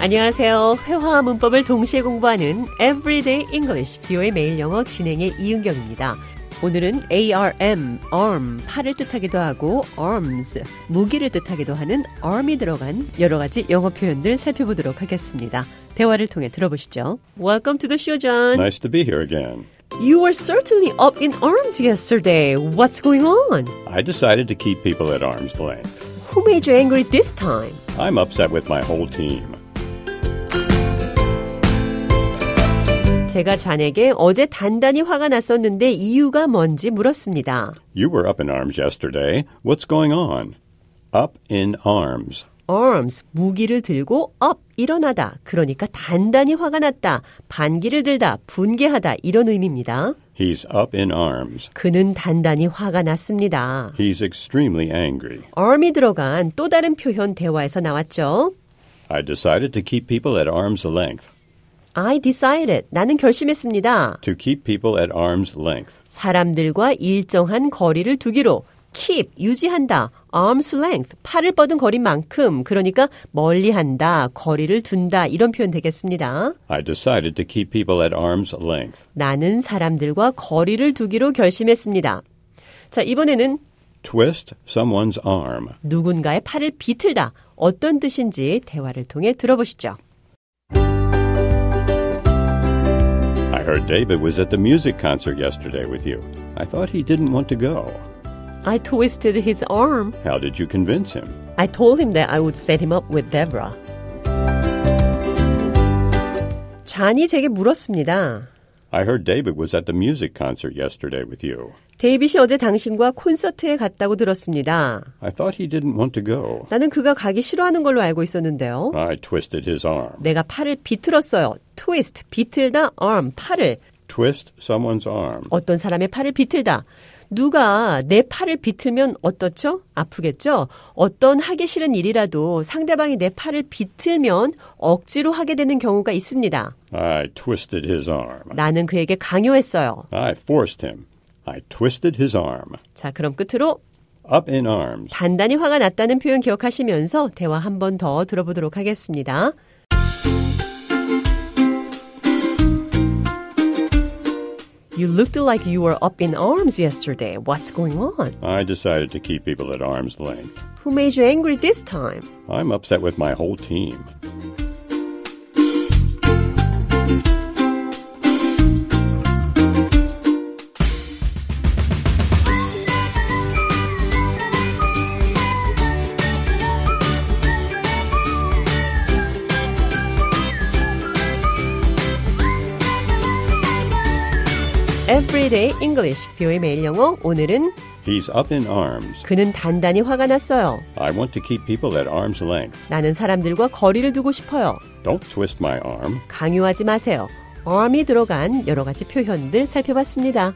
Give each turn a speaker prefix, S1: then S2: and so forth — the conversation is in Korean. S1: 안녕하세요. 회화와 문법을 동시에 공부하는 Everyday English 비오의 매일 영어 진행의 이은경입니다. 오늘은 ARM, arm, 팔을 뜻하기도 하고 arms, 무기를 뜻하기도 하는 arm이 들어간 여러 가지 영어 표현들 살펴보도록 하겠습니다. 대화를 통해 들어보시죠. Welcome to the show, John.
S2: Nice to be here again.
S1: You were certainly up in arms yesterday. What's going on?
S2: I decided to keep people at arm's length.
S1: Who made you angry this time?
S2: I'm upset with my whole team.
S1: 제가 잔에게 어제 단단히 화가 났었는데 이유가 뭔지 물었습니다.
S2: You were up in arms yesterday. What's going on? Up in arms.
S1: arms 무기를 들고 up 일어나다 그러니까 단단히 화가 났다 반기를 들다 분개하다 이런 의미입니다.
S2: He's up in arms.
S1: 그는 단단히 화가 났습니다.
S2: He's extremely angry.
S1: arm이 들어간 또 다른 표현 대화에서 나왔죠.
S2: I decided to keep people at arm's length.
S1: I decided 나는 결심했습니다.
S2: To keep people at arm's length.
S1: 사람들과 일정한 거리를 두기로 keep 유지한다. arm's length 팔을 뻗은 거리만큼 그러니까 멀리한다. 거리를 둔다. 이런 표현 되겠습니다.
S2: I decided to keep people at arm's length.
S1: 나는 사람들과 거리를 두기로 결심했습니다. 자, 이번에는
S2: Twist someone's arm.
S1: 누군가의 팔을 비틀다. 어떤 뜻인지 대화를 통해 들어보시죠.
S2: I heard David was at the music concert yesterday with you. I thought he didn't want to go.
S1: I twisted his arm.
S2: How did you convince him?
S1: I told him that I would set him up with Deborah. 잔이 제게 물었습니다.
S2: I heard David was at the music concert yesterday with you.
S1: 데이빗이 어제 당신과 콘서트에 갔다고 들었습니다.
S2: I thought he didn't want to go.
S1: 나는 그가 가기 싫어하는 걸로 알고 있었는데요.
S2: I twisted his arm.
S1: 내가 팔을 비틀었어요. 트위스트, 비틀다, arm, 팔을.
S2: Twist someone's arm.
S1: 어떤 사람의 팔을 비틀다. 누가 내 팔을 비틀면 어떻죠? 아프겠죠? 어떤 하기 싫은 일이라도 상대방이 내 팔을 비틀면 억지로 하게 되는 경우가 있습니다.
S2: I twisted his arm.
S1: 나는 그에게 강요했어요.
S2: I forced him. I twisted his arm.
S1: 자, 그럼 끝으로
S2: Up in arms.
S1: 단단히 화가 났다는 표현 기억하시면서 대화 한 번 더 들어보도록 하겠습니다. You looked like you were up in arms yesterday. What's going on?
S2: I decided to keep people at arm's length.
S1: Who made you angry this time?
S2: I'm upset with my whole team.
S1: Everyday English, 뷰의 매일 영어. 오늘은
S2: He's up in arms.
S1: 그는 단단히 화가 났어요.
S2: I want to keep people at arm's length.
S1: 나는 사람들과 거리를 두고 싶어요.
S2: Don't twist my arm.
S1: 강요하지 마세요. arm이 들어간 여러 가지 표현들 살펴봤습니다.